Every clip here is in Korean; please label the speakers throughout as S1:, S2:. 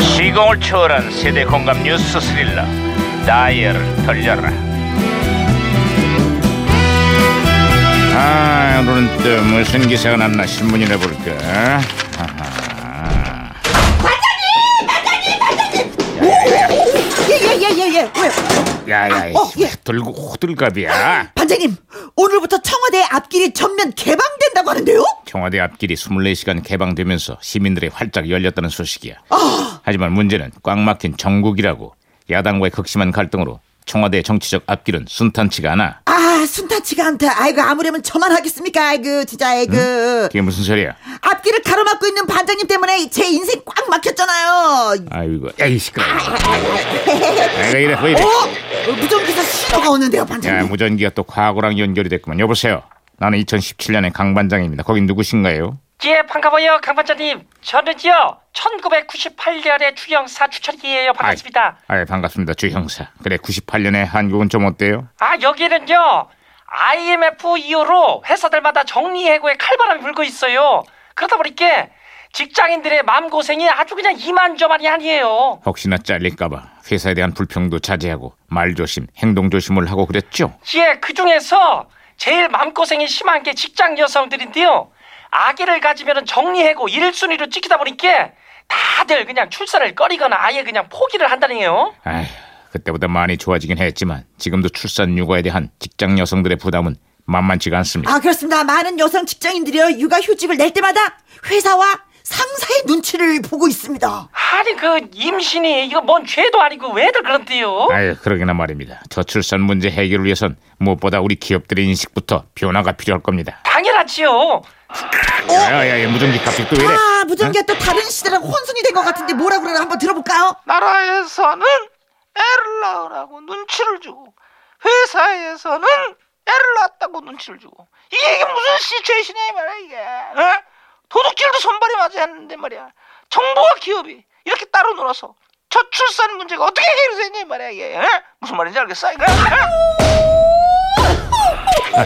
S1: 시공을 초월한 세대 공감 뉴스 스릴러 다이얼을 돌려라 아 오늘은 또 무슨 기사가 났나 신문이나 볼까 아, 아하.
S2: 예예예예 예, 예. 왜?
S1: 야야
S2: 어, 예.
S1: 들고 호들갑이야
S2: 반장님 오늘부터 청와대 앞길이 전면 개방된다고 하는데요?
S1: 청와대 앞길이 24시간 개방되면서 시민들이 활짝 열렸다는 소식이야
S2: 아.
S1: 하지만 문제는 꽉 막힌 정국이라고 야당과의 극심한 갈등으로 청와대의 정치적 앞길은 순탄치가 않아
S2: 아 순탄치가 않다. 아이고 아무려면 저만 하겠습니까? 아이고 진짜 아이고
S1: 그게 무슨 소리야
S2: 앞길을 가로막고 있는 반장님 때문에 제 인생 꽉 막혔잖아요.
S1: 아이고, 에이 시끄러워. 아, 왜 이래, 왜 이래?
S2: 어? 무전기에서 신호가 오는데요
S1: 야,
S3: 음.
S2: 반장님.
S1: 무전기가 또 과거랑 연결이 됐구만. 여보세요. 나는 2017년의 강 반장입니다. 거긴 누구신가요?
S3: 예, 반가워요, 강반장님. 저는요, 1998년에 주영사 추천이에요. 반갑습니다.
S1: 아, 반갑습니다, 주 형사. 그래, 98년에 한국은 좀 어때요?
S3: 아, 여기는요, IMF 이후로 회사들마다 정리해고의 칼바람이 불고 있어요. 그러다 보니까 직장인들의 마음고생이 아주 그냥 이만저만이 아니에요.
S1: 혹시나 잘릴까봐 회사에 대한 불평도 자제하고 말 조심, 행동 조심을 하고 그랬죠.
S3: 예, 그 중에서 제일 마음고생이 심한 게 직장 여성들인데요. 아기를 가지면 정리해고 1순위로 찍히다 보니까 다들 그냥 출산을 꺼리거나 아예 그냥 포기를 한다네요.
S1: 아휴, 그때보다 많이 좋아지긴 했지만 지금도 출산 육아에 대한 직장 여성들의 부담은 만만치가 않습니다.
S2: 아 그렇습니다. 많은 여성 직장인들이요 육아 휴직을 낼 때마다 회사와 상사의 눈치를 보고 있습니다.
S3: 아니 그 임신이 이거 뭔 죄도 아니고 왜들 그런데요?
S1: 아유, 그러기나 말입니다. 저출산 문제 해결을 위해선 무엇보다 우리 기업들의 인식부터 변화가 필요할 겁니다.
S3: 당연하지요.
S1: 야야야, 무전기 갑자기 또 왜 이래?
S2: 아 무전기가 또 다른 시대랑 혼순이 된 것 같은데 뭐라 그러나 한번 들어볼까요?
S4: 나라에서는 애를 낳으라고 눈치를 주고 회사에서는 애를 낳았다고 눈치를 주고 이게, 이게 무슨 시츄에이션이야 이 말이야 이게 어? 도둑질도 손발이 맞아야 하는데 말이야 정부와 기업이 이렇게 따로 놀아서 저출산 문제가 어떻게 해결되냐 이 말이야 이게 어? 무슨 말인지 알겠어 이거 어?
S2: 어,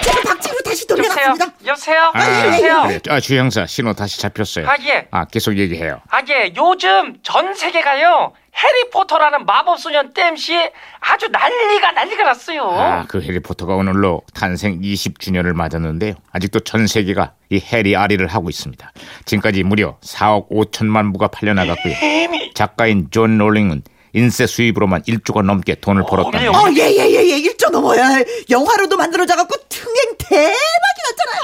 S2: 제가 박치로 다시
S3: 여보세요.
S2: 돌려놨습니다.
S3: 여보세요.
S1: 아,
S3: 여보세요.
S1: 그래. 아, 주 형사 신호 다시 잡혔어요.
S3: 아, 예.
S1: 아, 계속 얘기해요.
S3: 아 예, 요즘 전 세계가요 해리포터라는 마법 소년 땜시 아주 난리가 난리가 났어요.
S1: 아, 그 해리포터가 오늘로 탄생 20주년을 맞았는데요. 아직도 전 세계가 이 해리 아리를 하고 있습니다. 지금까지 무려 4억 5천만 부가 팔려나갔고요. 작가인 존 롤링은 인쇄 수입으로만 1조가 넘게 돈을 벌었다.
S3: 어머니,
S2: 어, 예, 예, 예, 예, 일조 넘어요. 영화로도 만들어져갖고 흥행 대박이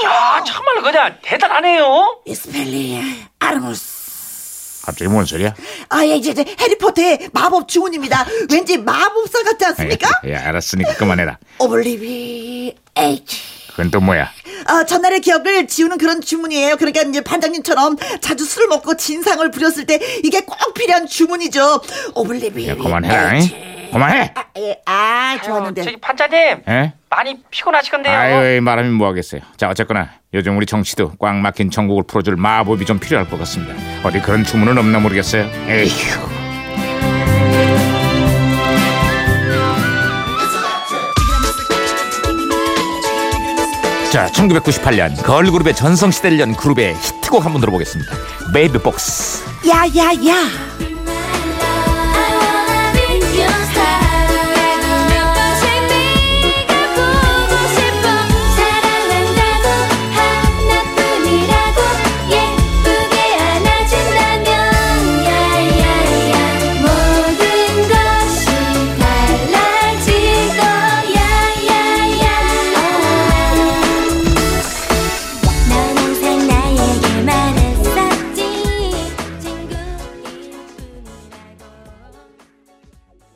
S2: 났잖아요.
S3: 아 정말 그냥 대단하네요.
S2: 이스펠리 아르무스.
S1: 갑자기 뭔 소리야?
S2: 아, 예, 이제, 이제 해리포터의 마법 주문입니다. 왠지 마법사 같지 않습니까?
S1: 예, 알았으니까 그만해라.
S2: 오블리비 에이치.
S1: 그건 또 뭐야?
S2: 아, 전날의 기억을 지우는 그런 주문이에요. 그러니까 이제 반장님처럼 자주 술을 먹고 진상을 부렸을 때 이게 꼭 필요한 주문이죠. 오블리비
S1: 야, 그만해라. 잉? 그만해.
S2: 아, 예, 아,
S3: 아유,
S2: 좋았는데.
S3: 어, 저기 반장님
S1: 예?
S3: 많이 피곤하시건데요.
S1: 아유, 이 말하면 뭐하겠어요. 자, 어쨌거나 요즘 우리 정치도 꽉 막힌 전국을 풀어줄 마법이 좀 필요할 것 같습니다. 어디 그런 주문은 없나 모르겠어요. 에휴. 자, 1998년 걸그룹의 전성시대를 연 그룹의 히트곡 한번 들어보겠습니다. 베이비복스.
S2: 야, 야, 야.